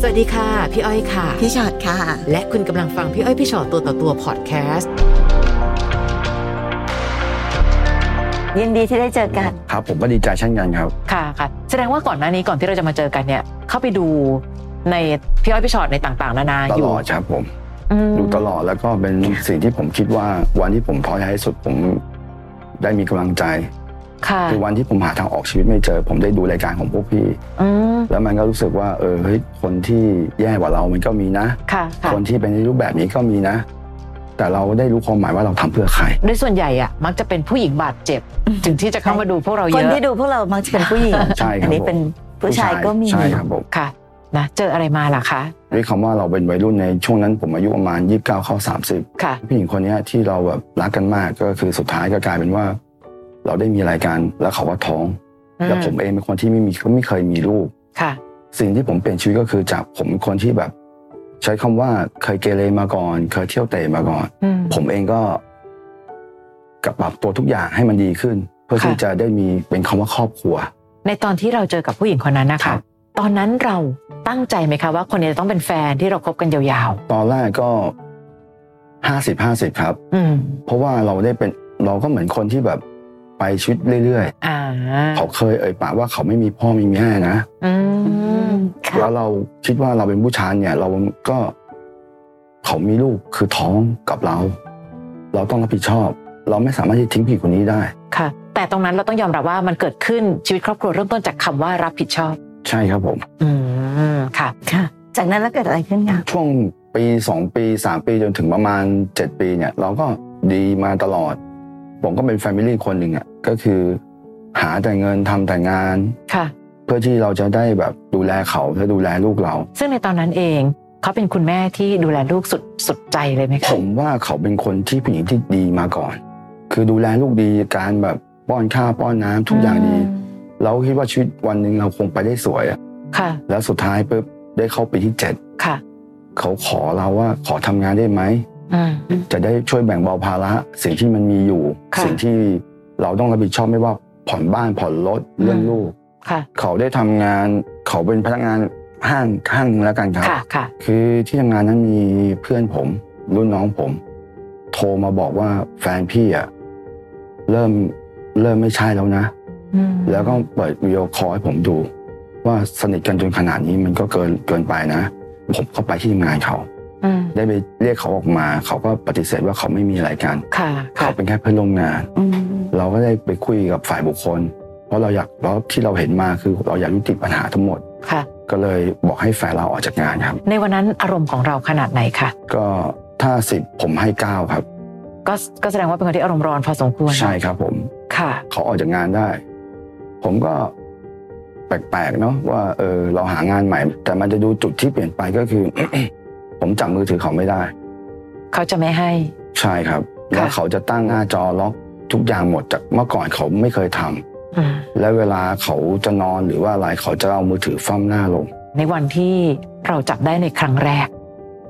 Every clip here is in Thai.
สวัสดีค่ะ พี่อ้อยค่ะ พี่ชอดค่ะ และคุณกำลังฟังพี่อ้อยพี่ชอตตัวต่อตัวพอดแคสต์ ยินดีที่ได้เจอกัน ครับผมก็ดีใจเช่นกันครับ ค่ะค่ะ แสดงว่าก่อนหน้านี้ก่อนที่เราจะมาเจอกันเนี่ย เข้าไปดูในพี่อ้อยพี่ชอตในต่างๆ นานา ต อยู่ ลอดครับผม อืม ดูตลอดแล้วก็เป็นสิ่งที่ผมคิดว่าวันที่ผมท้อแท้ที่สุดผมได้มีกำลังใจ ค่ะ คือวันที่ผมหาทางออกชีวิตไม่เจอ ผมได้ดูรายการของพวกพี่ อืม แล้วมันก็รู้สึกว่าเออเฮ้ยคนที่แย่กว่าเรามันก็มีนะ ค่ะค่ะ คนที่เป็นในรูปแบบนี้ก็มีนะ แต่เราได้รู้ความหมายว่าเราทำเพื่อใคร โดยส่วนใหญ่อะมักจะเป็นผู้หญิงบาดเจ็บ ถึงที่จะเข้ามาดูพวกเรา ค เย น อะ ที่ดูพวกเรามักจะเป็นผู้หญิง ใช่ครับ อันี้ ผม เป็นผู้ชายก็มี ใช่ครับผม ค่ะนะเจออะไรมาล่ะคะ ด้วยคำว่าเราเป็นวัยรุ่นในช่วงนั้นผมอายุประมาณ 29 เข้า 30 ค่ะ ผู้หญิงคนเนี้ยที่เราแบบรักกันมากก็คือสุดท้ายก็กลายเป็นว่า เราได้มีรายการแล้วเขาว่าท้อง อืม แล้วผมเองเป็นคนที่ไม่มีไม่เคยมีลูก ค่ะ สิ่งที่ผมเปลี่ยนชีวิตก็คือจากผมเป็นคนที่แบบ ใช้คำว่าเคยเกเรมาก่อน เคยเที่ยวเตะมาก่อน อืม ผมเองก็กับปรับตัวทุกอย่างให้มันดีขึ้น เพื่อ ค่ะ ที่จะได้มีเป็นคำว่าครอบครัว ในตอนที่เราเจอกับผู้หญิงคนนั้นนะ ครั คะ บ ตอนนั้นเราตั้งใจไหมคะว่าคนนี้จะต้องเป็นแฟนที่เราคบกันยาว ตอนแรกก็ห้าสิบห้าสิบครับ ๆ อืม เพราะว่าเราได้เป็นเราก็เหมือนคนที่แบบไปชีวิตเรื่อยๆ อ่า เขาเคยเอ่ยปากว่าเขาไม่มีพ่อไม่มีแม่นะ อื อื ม มค่ะ แล้วเราคิดว่าเราเป็นผู้ชายเนี่ย เราก็ เขามีลูกคือท้องกับเรา เราต้องรับผิดชอบ เราไม่สามารถที่ทิ้งผู้หญิงคนนี้ได้ ค่ะ แต่ตรงนั้นเราต้องยอมรับว่ามันเกิดขึ้นชีวิตครอบครัวเริ่มต้นจากคำว่ารับผิดชอบ ใช่ครับผม อืมค่ะ ค่ะ จากนั้นแล้วเกิดอะไรขึ้นคะ ช่วงปีสองปีสามปีจนถึงประมาณเจ็ดปีเนี่ย เราก็ดีมาตลอด ผมก็เป็นแฟมิลี่คนหนึ่งอ่ะก็คือหาแต่เงินทำแต่งาน ค่ะ เพื่อที่เราจะได้แบบดูแลเขาและดูแลลูกเรา ซึ่งในตอนนั้นเองเขาเป็นคุณแม่ที่ดูแลลูกสุดสุดใจเลยไหม ผ คะ มว่าเขาเป็นคนที่ผู้หญิงที่ดีมาก่อน คือดูแลลูกดีการแบบป้อนข้าวป้อนน้ำทุกอย่างดี เราคิดว่าชีวิตวันหนึ่งเราคงไปได้สวยอะ ค่ะ แล้วสุดท้ายปุ๊บได้เข้าปีที่เจ็ด ค่ะ เขาขอเราว่าขอทำงานได้ไหม อืม จะได้ช่วยแบ่งเบาภาระสิ่งที่มันมีอยู่ ค่ะ สิ่งที่เราต้องรับผิดชอบไม่ว่าผ่อนบ้านผ่อนรถเรื่อง อืม ลูก ค่ะ เขาได้ทำงาน เขาเป็นพนักงานห้างห้างหนึ่งแล้วกันครับ ค่ะ ค่ะ คือที่ทำงานนั้นมีเพื่อนผม รุ่นน้องผม โทรมาบอกว่าแฟนพี่อะเริ่มเริ่มไม่ใช่แล้วนะ อืม แล้วก็เปิดวิดีโอคอลให้ผมดู ว่าสนิทกันจนขนาดนี้มันก็เกินเกินไปนะ ผมก็ไปที่ทำงานเขา อืม ได้ไปเรียกเขาออกมา เขาก็ปฏิเสธว่าเขาไม่มีอะไรกัน ค่ะ ค่ะ เขาเป็นแค่เพื่อนร่วมงาน อืม เราก็ได้ไปคุยกับฝ่ายบุคคล เพราะเราอยากเพราะที่เราเห็นมาคือเราอยากยุติปัญหาทั้งหมด ค่ะ ก็เลยบอกให้แฟนเราออกจากงานครับ ในวันนั้นอารมณ์ของเราขนาดไหนคะ ก็ถ้าสิบผมให้เก้าครับ ก็ก็แสดงว่าเป็นคนที่อารมณ์ร้อนพอสมควร ใช่ครับผม ค่ะ เขาออกจากงานได้ ผมก็แปลกๆเนาะว่าเออเราหางานใหม่ แต่มันจะดูจุดที่เปลี่ยนไปก็คือ ผมจับมือถือเขาไม่ได้ เขาจะไม่ให้ ใช่ครับ ค่ะ แล้วเขาจะตั้งหน้าจอล็อกทุกอย่างหมดจากเมื่อก่อนเขาไม่เคยทำ อืม และเวลาเขาจะนอนหรือว่าอะไรเขาจะเอามือถือฟ้ำหน้าลง ในวันที่เราจับได้ในครั้งแรก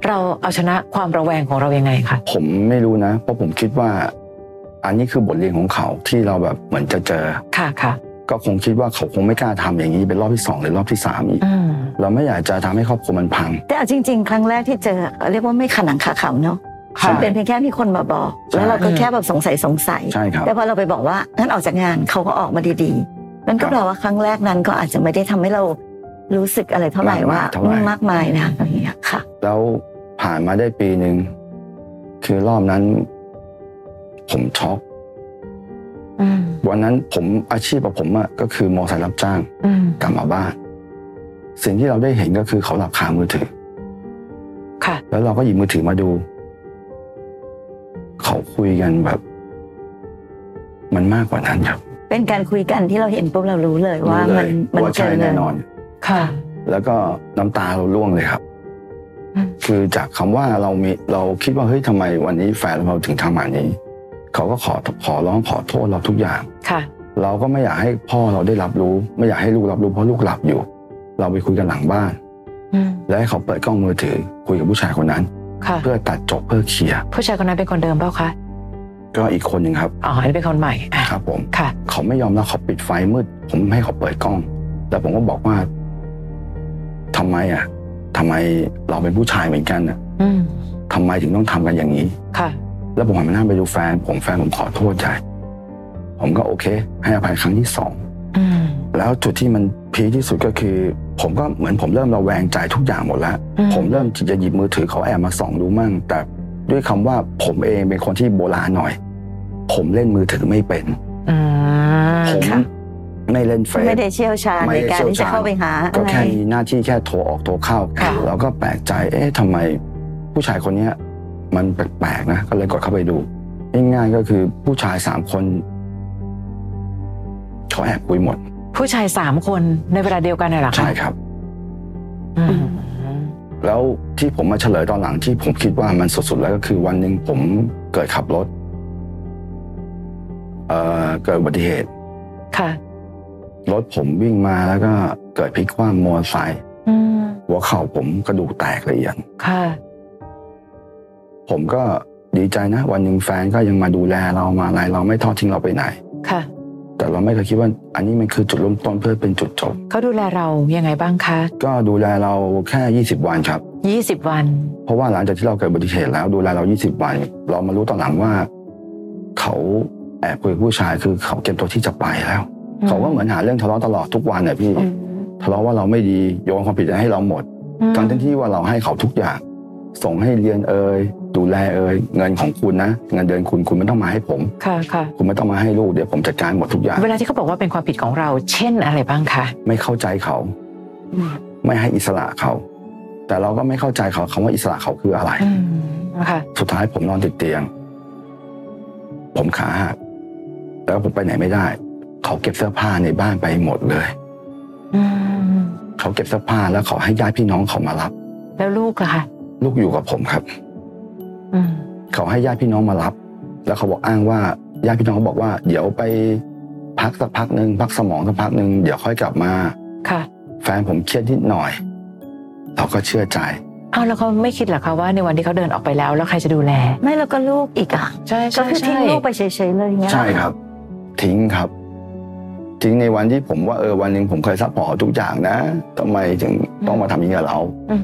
เราเอาชนะความระแวงของเรายังไงคะ ผมไม่รู้นะ เพราะผมคิดว่า อันนี้คือบทเรียนของเขาที่เราแบบเหมือนจะเจอ ค่ะค่ะ ก็คงคิดว่าเขาคงไม่กล้าทำอย่างนี้เป็นรอบที่สองหรือรอบที่สามอีก อืม เราไม่อยากจะทำให้ครอบครัวมันพัง แต่เอาจริง ๆ ครั้งแรกที่เจอเรียกว่าไม่ขนังขาขำเนาะ ใช่ ค่ะ มันเป็นเพียงแค่มีคนมาบอก ใช่ แล้วเราก็แค่แบบสงสัยสงสัย ใช่ครับ แต่พอเราไปบอกว่างั้นออกจากงานเขาก็ออกมาดีๆนั่นก็ ครับ แปลว่าครั้งแรกนั้นก็อาจจะไม่ได้ทำให้เรารู้สึกอะไรเท่าไหร่ว่า เท่าไหร่ อืมมากมายนะอะไรอย่างเงี้ยค่ะ แล้วผ่านมาได้ปีหนึ่งคือรอบนั้น ผมช็อก อืม วันนั้นผมอาชีพของผมอะก็คือมอไซค์รับจ้าง อืม กลับมาบ้าน สิ่งที่เราได้เห็นก็คือเขาหลับคามือถือ ค่ะ แล้วเราก็หยิบมือถือมาดู เขาคุยกันแบบ มันมากกว่านั้นครับ เป็นการคุยกันที่เราเห็นปุ๊บเรารู้เลยว่า รู้เล มัน ย มัน ว่า เกิ ใช่ นเล แน่ ย นอน ค่ะ แล้วก็น้ำตาเราร่วงเลยครับ อืม คือจากคำว่าเรามีเราคิดว่าเฮ้ยทำไมวันนี้แฟนเราถึงทำแบบนี้ เขาก็ขอขอร้องขอโทษเราทุกอย่าง ค่ะ เราก็ไม่อยากให้พ่อเราได้รับรู้ ไม่อยากให้ลูกรับรู้เพราะลูกหลับอยู่ เราไปคุยกันหลังบ้าน อืม แล้วให้เขาเปิดกล้องมือถือ คุยกับผู้ชายคนนั้น ค่ะ เพื่อตัดจบเพื่อเคลียร์ ผู้ชายคนนั้นเป็นคนเดิมเปล่าคะ ก็อีกคนหนึ่งครับ อ๋ออันนี้เป็นคนใหม่อ่ะ ครับผม ค่ะ เขาไม่ยอมแล้วเขาปิดไฟมืด ผมให้เขาเปิดกล้อง แล้วผมก็บอกว่าทำไมอ่ะท ทำไมเราเป็นผู้ชายเหมือนกันน่ะ อืม ทำไมถึงต้องทำกันอย่างนี้ ค่ะ แล้วผมหันไปหน้าไปดูแฟน ผมแฟนผมขอโทษใจ ผมก็โอเค ให้อภัยครั้งที่สอง อืม แล้วจุดที่มันพีคที่สุดก็คือ ผมก็เหมือนผมเริ่มระแวงใจทุกอย่างหมดแล้ว อื ผมเริ่มจะหยิบมือถือเขาแอบมาส่องดูมั่ง แต่ด้วยคำว่าผมเองเป็นคนที่โบราณหน่อย ผมเล่นมือถือไม่เป็น อืม ผม ค่ะ ไม่เล่นเฟซ ไม่ได้เชี่ยวชาญ ไม่ ใน ได้ การ เชี่ยว ที่จะ ชาญ เข้าไปหา ก็ อะไร แค่มีหน้าที่แค่โทรออกโทรเข้า ค่ะ เราก็แปลกใจ เอ๊ะทำไมผู้ชายคนเนี้ยมันแปลกๆนะ ก็เลยกดเข้าไปดู ง่ายๆก็คือผู้ชายสามคนเขาแอบคุยหมด ผู้ชายสามคนในเวลาเดียวกันน่ะเหรอคะ ใช่ครับ อืม แล้วที่ผมมาเฉลยตอนหลังที่ผมคิดว่ามันสุดๆแล้วก็คือวันหนึ่งผมเกิดขับรถ เอ่อเกิดอุบัติเหตุ ค่ะ รถผมวิ่งมาแล้วก็เกิดพลิกคว่ำมอเตอร์ไซค์ อืม หัวเข่าผมกระดูกแตกละเอียด ค่ะ ผมก็ดีใจนะ วันหนึ่งแฟนก็ยังมาดูแลเรามาอะไรเราไม่ทอดทิ้งเราไปไหน ค่ะ แต่เราไม่เคยคิดว่า อันนี้มันคือจุดเริ่มต้นเพื่อเป็นจุดจบ เขาดูแลเรายังไงบ้างคะ ก็ดูแลเราแค่ 20 วันครับ ยี่สิบวัน เพราะว่าหลังจากที่เราเกิดอุบัติเหตุแล้วดูแลเรา 20 วัน เรามารู้ตอนหลังว่า เขาแอบคุยกับผู้ชายคือเขาเก็บตัวที่จะไปแล้ว เขาก็เหมือนหาเรื่องทะเลาะตลอดทุกวันเนี่ยพี่ อืม ทะเลาะว่าเราไม่ดีโยนความผิดให้เราหมดทั้งที่ว่าเราให้เขาทุกอย่าง ส่งให้เรียนเอ่ยดูแลเอ่ยเงินของคุณนะเงินเดือนคุณคุณไม่ต้องมาให้ผม ค่ะค่ะ คุณไม่ต้องมาให้ลูกเดี๋ยวผมจัดการหมดทุกอย่าง เวลาที่เขาบอกว่าเป็นความผิดของเรา เช่นอะไรบ้างคะ ไม่เข้าใจเขา อืม ไม่ให้อิสระเขา แต่เราก็ไม่เข้าใจเขาคำว่าอิสระเขาคืออะไร อืมค่ะ สุดท้ายผมนอนติดเตียง ผมขาหักแล้วผมไปไหนไม่ได้ เขาเก็บเสื้อผ้าในบ้านไปหมดเลย อืม เขาเก็บเสื้อผ้าแล้วเขาให้ญาติพี่น้องเขามารับ แล้วลูกล่ะคะ ลูกอยู่กับผมครับ อืม เขาให้ญาติพี่น้องมารับ แล้วเขาบอกอ้างว่าญาติพี่น้องเขาบอกว่า เดี๋ยวไปพักสักพักหนึ่งพักสมองสักพักหนึ่งเดี๋ยวค่อยกลับมา ค่ะ แฟนผมเครียดนิดหน่อย เราก็เชื่อใจ เอาแล้วเขาไม่คิดเหรอคะว่าในวันที่เขาเดินออกไปแล้วแล้วใครจะดูแล ไม่แล้วก็ลูกอีกอ่ะ ใช่ ก็ ใช่ คือทิ้ ใช่ งลูกไปเฉยๆเลยอย่างเงี้ย ใช่ครับ ทิ้งครับ ทิ้งในวันที่ผมว่าเออวันหนึ่งผมเคยซัพพอร์ตทุกอย่างนะทำไมถึงต้องมาทำอย่างนี้กับเรา อืม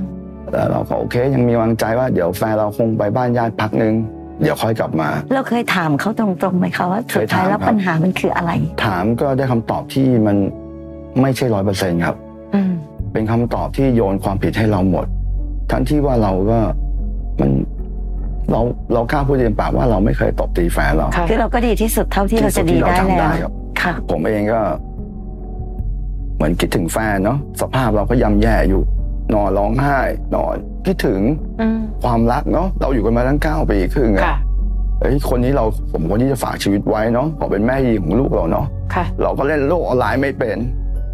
แล้วเราก็โอเค ยังมีกำลังใจว่าเดี๋ยวแฟนเราคงไปบ้านญาติพักหนึ่งเดี๋ยวค่อยกลับมา เราเคยถามเขาตรงๆไหมคะว่า เค สุด ยถาม ท้ายแล้ว ครับ ปัญหามันคืออะไร ถามก็ได้คำตอบที่มันไม่ใช่ร้อยเปอร์เซ็นครับ อืม เป็นคำตอบที่โยนความผิดให้เราหมด ทั้งที่ว่าเราก็มันเราเรากล้าพูดเต็มปากว่าเราไม่เคยตบตีแฟนเรา ค่ะ คือเราก็ดีที่สุดเท่าที่เราจะดีได้ ที่เราทำ แล้ ได้ ว ครับ ค่ะ ผมเองก็ เหมือนคิดถึงแฟนเนาะสภาพเราก็ย่ำแย่อยู่ นอนร้องไห้ นอนคิดถึง อืม ความรักเนาะเราอยู่กันมาตั้งเก้าปีครึ่ง ค่ะ อะเอ้ยคนนี้เราผมคนที่จะฝากชีวิตไว้เนาะขอเป็นแม่ยีของลูกเราเนาะ ค่ะ เราก็เล่นโลกออนไลน์ไม่เป็น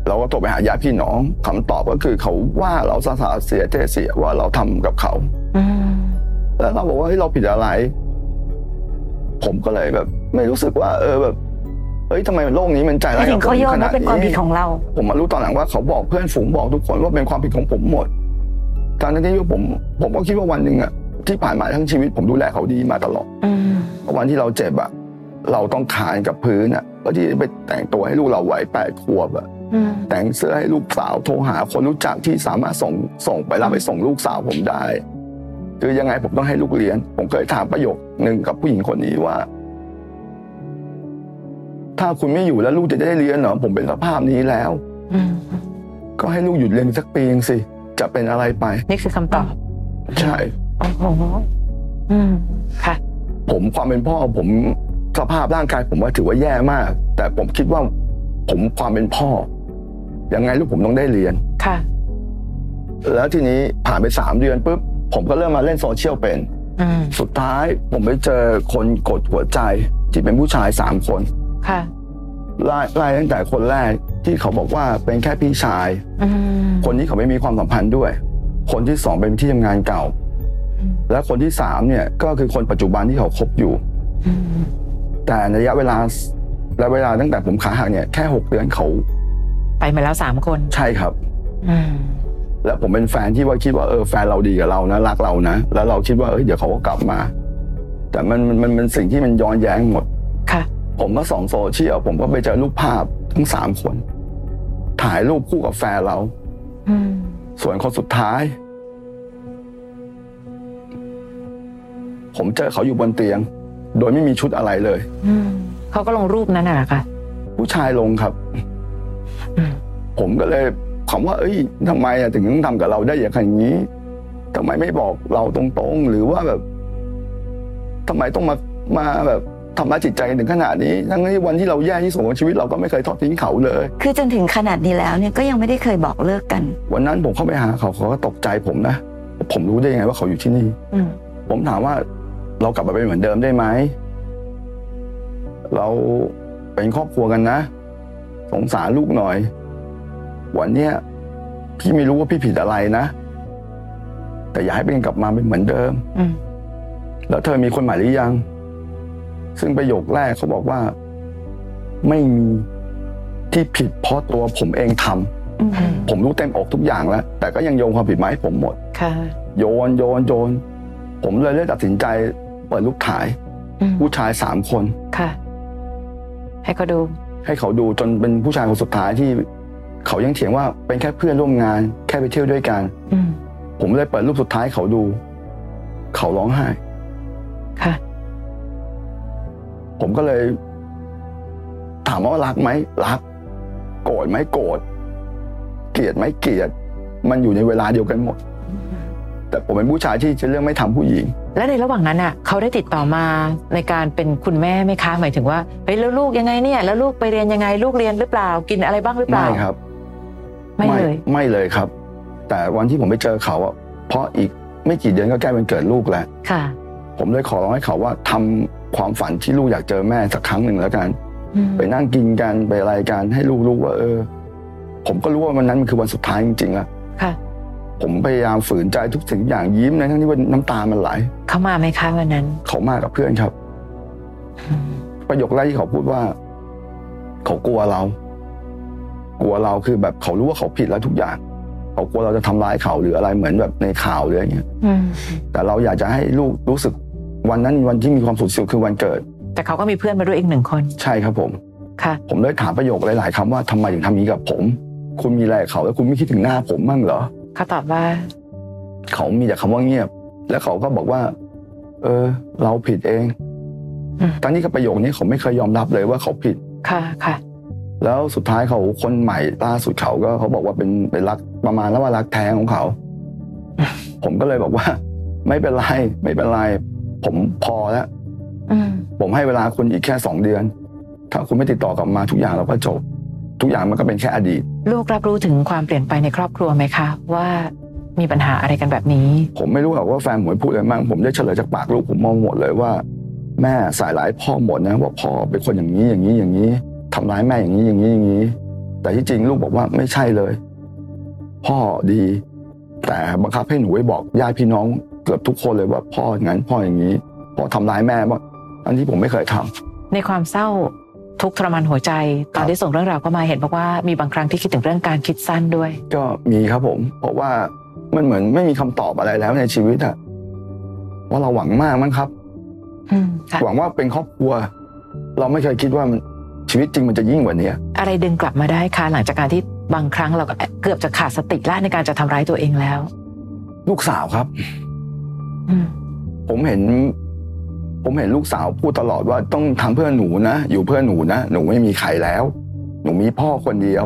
เราก็โทรไปหาญาติพี่น้องคำตอบก็คือเขาว่าเราสาสาเสียเทเสียว่าเราทำกับเขา อืม แล้วเราบอกว่าเฮ้ยเราผิดอะไร ผมก็เลยแบบ ไม่รู้สึกว่า เออแบบเฮ้ยทำไมโลกนี้มันใจ ไม่ ร้าย ถึง กับ เขาโย ผมข น นา ว่า ด เป็นความผิด นี้ ของเรา ผมมารู้ตอนหลังว่าเขาบอกเพื่อนฝูงบอกทุกคนว่าเป็นความผิดของผมหมดตอนนั้นที่ผม ผมก็คิดว่าวันหนึ่งอะที่ผ่านมาทั้งชีวิตผมดูแลเขาดีมาตลอด อืม วันที่เราเจ็บอะเราต้องคานกับพื้นอะก็ที่ไปแต่งตัวให้ลูกเราไว้แปดขวบอะ อืม แต่งเสื้อให้ลูกสาวโทรหาคนรู้จักที่สามารถส่งส่งไปรับไปส่งลูกสาวผมได้ คือยังไงผมต้องให้ลูกเรียน ผมเคยถามประโยคหนึ่งกับผู้หญิงคนนี้ว่า ถ้าคุณไม่อยู่แล้วลูกจะได้เรียนเหรอผมเป็นสภาพนี้แล้ว อืม ก็ให้ลูกหยุดเรียนไปสักปีนึงสิ จะเป็นอะไรไป นี่คือคำตอบ ใช่ โอ้โหอืมค่ะ ผมความเป็นพ่อผมสภาพร่างกายผมว่าถือว่าแย่มาก แต่ผมคิดว่าผมความเป็นพ่อ ยังไงลูกผมต้องได้เรียน ค่ะ แล้วทีนี้ผ่านไปสามเดือนปุ๊บผมก็เริ่มมาเล่นโซเชียลเป็น อืม สุดท้ายผมไปเจอคนกดหัวใจที่เป็นผู้ชายสามคน ค่ะ ไล่ไล่ตั้งแต่คนแรกที่เขาบอกว่าเป็นแค่พี่ชาย อืม คนที่เขาไม่มีความสัมพันธ์ด้วย คนที่สองเป็นที่ทำงานเก่า และคนที่สามเนี่ยก็คือคนปัจจุบันที่เขาคบอยู่ อืม แต่ในระยะเวลาและเวลาตั้งแต่ผมขาหักเนี่ยแค่ 6 เดือนเขา ไปมาแล้วสามคน ใช่ครับ อืม แล้วผมเป็นแฟนที่ว่าคิดว่าเออแฟนเราดีกับเรานะรักเรานะ แล้วเราคิดว่าเอ้ยเดี๋ยวเขาก็กลับมา แต่มันมันมันมันสิ่งที่มันย้อนแย้งหมด ค่ะ ผมก็ส่องโซเชียลผมก็ไปเจอรูปภาพทั้งสามคน ถ่ายรูปคู่กับแฟนเรา อืม ส่วนคนสุดท้าย ผมเจอเขาอยู่บนเตียง โดยไม่มีชุดอะไรเลย อืมเขาก็ลงรูปนั้นน่ะเหรอคะ ผู้ชายลงครับ อืม ผมก็เลยผมว่า เอ้ยทำไมอะถึงต้องทำกับเราได้อย่างนี้ทำไมไม่บอกเราตรงๆ หรือว่าแบบทำไมต้องมามาแบบทำร้ายจิตใจถึงขนาดนี้ ทั้งที่วันที่เราแย่ที่สุดของชีวิตเราก็ไม่เคยทอดทิ้งเขาเลย คือจนถึงขนาดนี้แล้วเนี่ยก็ยังไม่ได้เคยบอกเลิกกัน วันนั้นผมเข้าไปหาเขาเขาก็ตกใจผมนะผมรู้ได้ยังไงว่าเขาอยู่ที่นี่ อืม ผมถามว่าเรากลับมาเป็นเหมือนเดิมได้ไหม เราเป็นครอบครัวกันนะ สงสารลูกหน่อย วันเนี้ยพี่ไม่รู้ว่าพี่ผิดอะไรนะ แต่อยากให้เป็นกลับมาเป็นเหมือนเดิม อืม แล้วเธอมีคนใหม่หรือยัง ซึ่งประโยคแรกเขาบอกว่า ไม่มีที่ผิดเพราะตัวผมเองทำ อืม ผมรู้เต็มอกทุกอย่างแล้ว แต่ก็ยังโยงความผิดมาให้ผมหมด ค่ะ โยนโยนโยน ผมเลยได้ตัดสินใจเปิดรูปถ่าย อืม ผู้ชายสามคน ค่ะ ให้เขาดู ให้เขาดูจนเป็นผู้ชายคนสุดท้ายที่ เขายังเถียงว่าเป็นแค่เพื่อนร่วมงาน แค่ไปเที่ยวด้วยกัน อืม ผมเลยเปิดรูปสุดท้ายให้เขาดู เขาร้องไห้ ค่ะ ผมก็เลย ถามว่ารักไหมรัก โกรธไหมโกรธเกลียดไหมเกลียด มันอยู่ในเวลาเดียวกันหมด แต่ผมเป็นผู้ชายที่จะเรื่องไม่ทำผู้หญิง แล้วในระหว่างนั้นอ่ะเขาได้ติดต่อมาในการเป็นคุณแม่ไหมคะหมายถึงว่าเฮ้ยแล้วลูกยังไงเนี่ย แล้วลูกไปเรียนยังไงลูกเรียนหรือเปล่ากินอะไรบ้างหรือเป ไม่ ล่า ครับ ไม่เลย ไม่เลยครับ แต่วันที่ผมไปเจอเขาอะเพราะอีกไม่กี่เดือนก็ใกล้วันเกิดลูกแล้ว ค่ะ ผมเลยขอร้องให้เขาว่าทำความฝันที่ลูกอยากเจอแม่สักครั้งหนึ่งแล้วกัน อืม ไปนั่งกินกันไปอะไรกันให้ลูกรู้ว่า เออ ผมก็รู้ว่าวันนั้นมันคือวันสุดท้ายจริงๆอะ ค่ะ ผมพยายามฝืนใจทุกสิ่งอย่างยิ้มในทั้งที่ว่าน้ำตามันไหล เขามาไหมคะวันนั้น เขามากับเพื่อนครับ อืม ประโยคแรกที่เขาพูดว่า เขากลัวเรา กลัวเราคือแบบเขารู้ว่าเขาผิดแล้วทุกอย่าง เขากลัวเราจะทำร้ายเขาหรืออะไรเหมือนแบบในข่าวหรืออะไรเงี้ย อืม แต่เราอยากจะให้ลูกรู้สึกวันนั้นวันที่มีความสุขที่สุดคือวันเกิด แต่เขาก็มีเพื่อนมาด้วยอีกหนึ่งคน ใช่ครับผม ค่ะ ผมเลยถามประโยคหลาย ๆคำว่าทำไมถึงทำอย่างนี้กับผม คุณมีอะไรกับเขาแล้วคุณไม่คิดถึงหน้าผมบ้างเหรอ เขาตอบว่า เขามีแต่คำว่าเงียบ แล้วเขาก็บอกว่า เออ เราผิดเอง อืม ตอนนี้กับประโยคนี้เขาไม่เคยยอมรับเลยว่าเขาผิด ค่ะค่ะ แล้วสุดท้ายเขาคนใหม่ล่าสุดเขาก็เขาบอกว่าเป็นเป็นรักประมาณแล้วว่ารักแท้ของเขา อืม ผมก็เลยบอกว่า ไม่เป็นไรไม่เป็นไรผมพอแล้ว อืม ผมให้เวลาคุณอีกแค่สองเดือน ถ้าคุณไม่ติดต่อกลับมาทุกอย่างเราก็จบ ทุกอย่างมันก็เป็นแค่อดีต ลูกรับรู้ถึงความเปลี่ยนไปในครอบครัวไหมคะ ว่ามีปัญหาอะไรกันแบบนี้ ผมไม่รู้หรอกว่าแฟนผมพูดอะไรมั่งผมได้เฉลยจากปากลูกผมมองหมดเลยว่า แม่สายร้ายพ่อหมดนะว่าพ่อเป็นคนอย่างนี้อย่างนี้อย่างนี้ทำร้ายแม่อย่างนี้อย่างนี้อย่างนี้ แต่ที่จริงลูกบอกว่าไม่ใช่เลย พ่อดี แต่บังคับให้หนูไปบอกญาติพี่น้องเกือบทุกคนเลยว่าพ่ออย่างนั้นพ่ออย่างนี้พ่อทำร้ายแม่ว่าอันที่ผมไม่เคยทำ ในความเศร้าทุกข์ทรมานหัวใจ ตอน ครับ ที่ส่งเรื่องราวเข้ามาเห็นบอกว่ามีบางครั้งที่คิดถึงเรื่องการคิดสั้นด้วย ก็มีครับผม เพราะว่ามันเหมือนไม่มีคำตอบอะไรแล้วในชีวิตอะว่าเราหวังมากมั้งครับ อืมค่ะ หวังว่าเป็นครอบครัว เราไม่เคยคิดว่ามันชีวิตจริงมันจะยิ่งกว่านี้ อะไรดึงกลับมาได้คะหลังจากการที่บางครั้งเราก็เกือบจะขาดสติละในการจะทำร้ายตัวเองแล้ว ลูกสาวครับ อืม ผมเห็น ผมเห็นลูกสาวพูดตลอดว่าต้องทำเพื่อหนูนะอยู่เพื่อหนูนะหนูไม่มีใครแล้ว หนูมีพ่อคนเดียว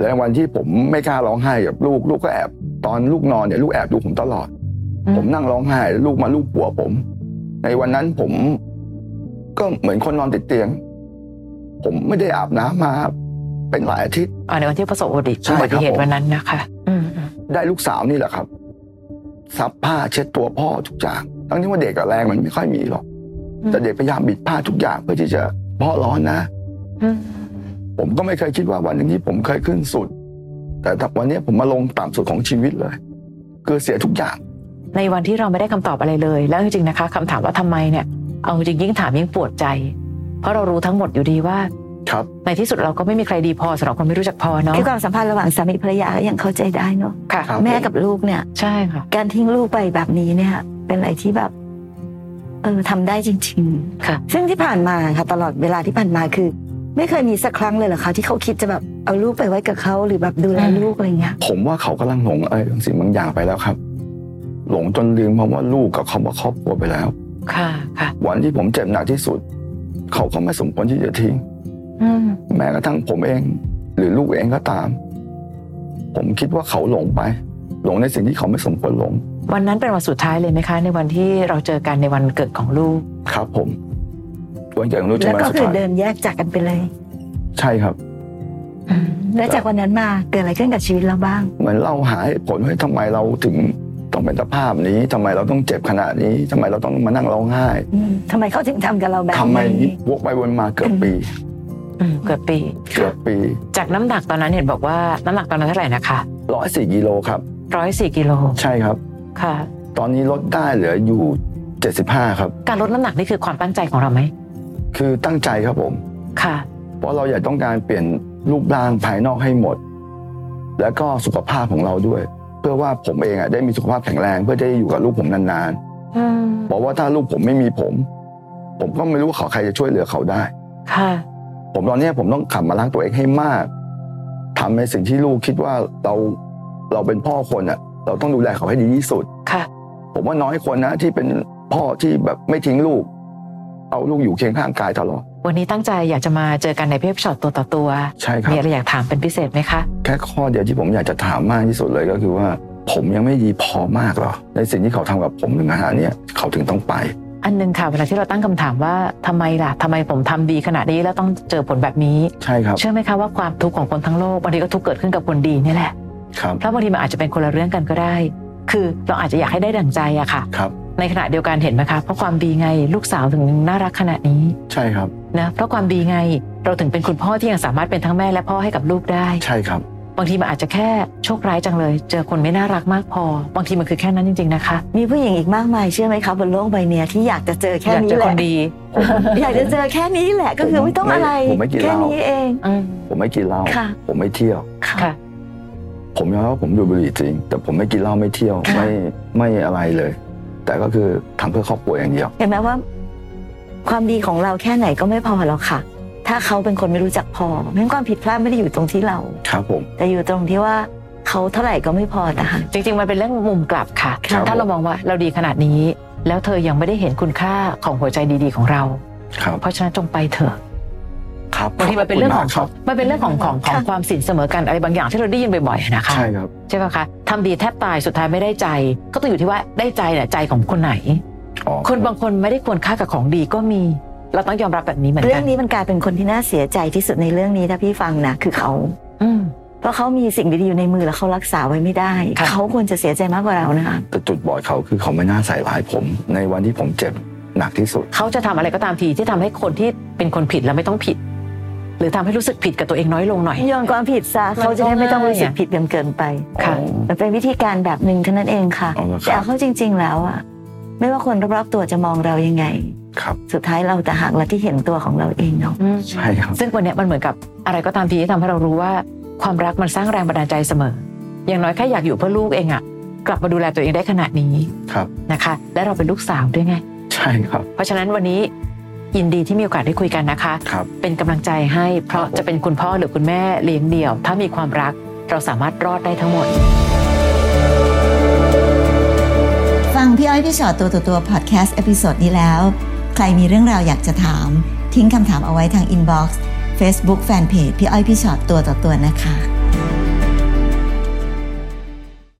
และวันที่ผมไม่กล้าร้องไห้กับลูกลูกก็แอบตอนลูกนอนเนี่ยลูกแอบดูผมตลอด อื ผมนั่งร้องไห้ลูกมาลูกปัวผม ในวันนั้นผม ก็เหมือนคนนอนติดเตียง ผมไม่ได้อาบน้ำมา เป็นหลายอาทิตย์ อ่าในวันที่ประสบอุบัติ ใช่ครับ อุบัติเหตุวันนั้นนะคะ อืมอืม ได้ลูกสาวนี่แหละครับซับผ้าเช็ดตัวพ่อทุกอย่างทั้งที่ว่าเด็กกับแรงมันไม่ค่อยมีหรอกแต่เด็กพยายามบิดผ้าทุกอย่างเพื่อที่จะพ่อร้อนนะ อืม ผมก็ไม่เคยคิดว่าวันหนึ่งที่ผมเคยขึ้นสุด แต่วันนี้ผมมาลงต่ำสุดของชีวิตเลย คือเสียทุกอย่าง ในวันที่เราไม่ได้คำตอบอะไรเลย แล้วจริงๆนะคะคำถามว่าทำไมเนี่ย เอาจริงยิ่งถามยิ่งปวดใจ เพราะเรารู้ทั้งหมดอยู่ดีว่า ครับ ในที่สุดเราก็ไม่มีใครดีพอสำหรับคนไม่รู้จักพอเนาะ คือความสัมพันธ์ระหว่างสามีภรรยาก็ยังเข้าใจได้เนอะ ค่ะ ครับ แม่กับลูกเนี่ย ใช่ค่ะ การทิ้งลูกไปแบบนี้เนี่ย เป็นอะไรที่แบบ เออทำได้จริงๆ ค่ะ ซึ่งที่ผ่านมาค่ะ ตลอดเวลาที่ผ่านมาคือ ไม่เคยมีสักครั้งเลยเหรอคะที่เขาคิดจะแบบเอาลูกไปไว้กับเขาหรือแบบดูแลลูกอะไรเงี้ย ผมว่าเขากำลังหลงอะไรบางสิ่งบางอย่างไปแล้วครับ หลงจนลืมคำว่าลูกกับคำว่าครอบครัวไปแล้ว ค่ะค่ะ วันที่ผมเจ็บหนักที่สุด เขาก็ไม่สมควรที่จะทิ้ง อืม แม้กระทั่งผมเอง หรือลูกเองก็ตาม ผมคิดว่าเขาหลงไป หลงในสิ่งที่เขาไม่สมควรหลง วันนั้นเป็นวันสุดท้ายเลยไหมคะ ในวันที่เราเจอกันในวันเกิดของลูก ครับ ผมวันเกิดของลูกจะ แล้ว มา ก็ สุด คือ ท้าย เดินแยกจากกันไปเลย ใช่ครับ และจากวันนั้นมาเกิดอะไรขึ้นกับชีวิตเราบ้าง เหมือนเราหาเหตุผลว่าทำไมเราถึงต้องเป็นสภาพนี้ทำไมเราต้องเจ็บขนาดนี้ทำไมเราต้องมานั่งร้องไห้ อืมทำไมเขาถึงทำกับเราแบบ ทำไม นี้ วกไปวนมาเกือบ ปี อืมเกือบปี เกือบปี จากน้ำหนักตอนนั้นเห็นบอกว่าน้ำหนักตอนนั้นเท่าไหร่นะคะ ร้อยสี่กิโลครับ ร้อยสี่กิโล ใช่ครับ ค่ะ ตอนนี้ลดได้เหลืออยู่ 75 ครับ การลดน้ำหนักนี่คือความตั้งใจของเราไหม คือตั้งใจครับผม ค่ะ เพราะเราอยากต้องการเปลี่ยนรูปร่างภายนอกให้หมด แล้วก็สุขภาพของเราด้วย เพื่อว่าผมเองอ่ะได้มีสุขภาพแข็งแรงเพื่อจะได้อยู่กับลูกผมนาน อืม ๆบอกว่าถ้าลูกผมไม่มีผม ผมก็ไม่รู้ว่าเขาใครจะช่วยเหลือเขาได้ ค่ะ ผมตอนเนี้ยผมต้องขับมาล้างตัวเองให้มากทำในสิ่งที่ลูกคิดว่าเราเราเป็นพ่อคนอ่ะ เราต้องดูแลเขาให้ดีที่สุด ค่ะ ผมว่าน้อยคนนะที่เป็นพ่อที่แบบไม่ทิ้งลูก เอาลูกอยู่เคียงข้างกายตลอด วันนี้ตั้งใจอยากจะมาเจอกันในเพจช็อตตัวต่อตัว ใช่ครับ มีอะไรอยากถามเป็นพิเศษไหมคะ แค่ข้อเดียวที่ผมอยากจะถามมากที่สุดเลยก็คือว่า ผมยังไม่ดีพอมากหรอ ในสิ่งที่เขาทำกับผมถึงขนาดเนี้ยเขาถึงต้องไป อันหนึงค่ะเวลาที่เราตั้งคำถามว่าทำไมล่ะทำไมผมทำดีขนาดนี้แล้วต้องเจอผลแบบนี้ ใช่ครับ เชื่อไหมคะว่าความทุกข์ของคนทั้งโลกบางทีก็ทุกข์เกิดขึ้นกับคนดีนี่แหละ ครับ เพราะบางทีมันอาจจะเป็นคนละเรื่องกันก็ได้ คือเราอาจจะอยากให้ได้ดั่งใจอะค่ะ ครับ ในขณะเดียวกันเห็นไหมคะ เพราะความดีไงลูกสาวถึงน่ารักขนาดนี้ ใช่ครับ นะ เพราะความดีไงเราถึงเป็นคุณพ่อที่ยังสามารถเป็นทั้งแม่และพ่อให้กับลูกได้ ใช่ครับ บางทีมันอาจจะแค่โชคร้ายจังเลย เจอคนไม่น่ารักมากพอ บางทีมันคือแค่นั้นจริง ๆนะคะ มีผู้หญิงอีกมากมายเชื่อไหมคะบนโลกใบเนี้ยที่อยากจะเจอแค่ อยาก นี้ เจอ แห ค ละ นดี อยากจะเจอแค่นี้แหละก็คือไม่ต้องอะไร ผมไม่กินเห แค่ ล้า นี้เอง อืม ผมไม่กินเหล้า ค่ะ ผมไม่เที่ยว ค่ะ ผมยอมรับว่าผมดูดบุหรี่จริง แต่ผมไม่กินเหล้าไม่เที่ยว ค่ะ ไม่ไม่อะไรเลย แต่ก็คือทำเพื่อครอบครัวอย่างเดียว เห็นไหมว่า ความดีของเราแค่ไหนก็ไม่พอแล้วค่ะ ถ้าเขาเป็นคนไม่รู้จักพอเพราะฉะนั้นความผิดพลาดไม่ได้อยู่ตรงที่เรา ครับผม แต่อยู่ตรงที่ว่าเขาเท่าไหร่ก็ไม่พอนะคะ จริง ๆ มันเป็นเรื่องมุมกลับค่ะ ครับ ถ้าเรามองว่าเราดีขนาดนี้ แล้วเธอยังไม่ได้เห็นคุณค่าของหัวใจดีๆของเรา ครับ เพราะฉะนั้นจงไปเถอะ ครับ บางทีมันเป็นเรื่องของ ขบคุณมากครับ มันเป็นเรื่องของของของ ค่ะ ความสินเสมอกันอะไรบางอย่างที่เราได้ยินบ่อยๆนะคะ ใช่ครับ ใช่ป่ะคะทำดีแทบตายสุดท้ายไม่ได้ใจ ก็ต้องอยู่ที่ว่าได้ใจเนี่ยใจของคนไหน อ๋อ คนบางคนไม่ได้ควรค่ากับของดีก็มี เราต้องยอมรับแบบนี้เหมือน เรื่ กั อนงนี้มันกลายเป็นคนที่น่าเสียใจที่สุดในเรื่องนี้ถ้าพี่ฟังนะคือเขา อืม เพราะเขามีสิ่งดีๆอยู่ในมือแล้วเขารักษาไว้ไม่ได้ ครับ เขาควรจะเสียใจมากกว่าเรานะคะ แต่จุดบอดเขาคือเขาไม่น่าใส่ร้ายผม ในวันที่ผมเจ็บหนักที่สุด เขาจะทำอะไรก็ตามทีที่ทำให้คนที่เป็นคนผิดแล้วไม่ต้องผิด หรือทำให้รู้สึกผิดกับตัวเองน้อยลงหน่อย โยนความผิดซะ มันก็ เขาจะได้ไม่ต้องรู้สึก ง่ายอะ ผิดกันเกินไป ค่ะ มันเป็นวิธีการแบบหนึ่งเท่านั้นเองค่ะ เอาละครับ แต่เอาเข้าจริง ๆ แล้วอ่ะ ไม่ว่าคนรอบๆตัวจะมองเรายังไง ครับ สุดท้ายเราแต่หากเราที่เห็นตัวของเราเองเนาะ อืม ใช่ครับ ซึ่งวันเนี้ยมันเหมือนกับอะไรก็ตามทีที่ทำให้เรารู้ว่า ความรักมันสร้างแรงบันดาลใจเสมอ อย่างน้อยแค่อยากอยู่เพื่อลูกเองอะกลับมาดูแลตัวเองได้ขนาดนี้ ครับ นะคะ และเราเป็นลูกสาวด้วยไง ใช่ครับ เพราะฉะนั้นวันนี้ยินดีที่มีโอกาสได้คุยกันนะคะ ครับ เป็นกำลังใจให้เพราะจะเป็นคุณพ่อหรือคุณแม่เลี้ยงเดี่ยว ถ้ามีความรักเราสามารถรอดได้ทั้งหมด ฟังพี่อ้อยพี่ชอตตัวต่อตัวพอดแคสต์เอพิโซดนี้แล้ว ใครมีเรื่องราวอยากจะถาม ทิ้งคำถามเอาไว้ทางอินบ็อกซ์เฟซบุ๊กแฟนเพจพี่อ้อยพี่ชอตตัวต่อตัวนะคะ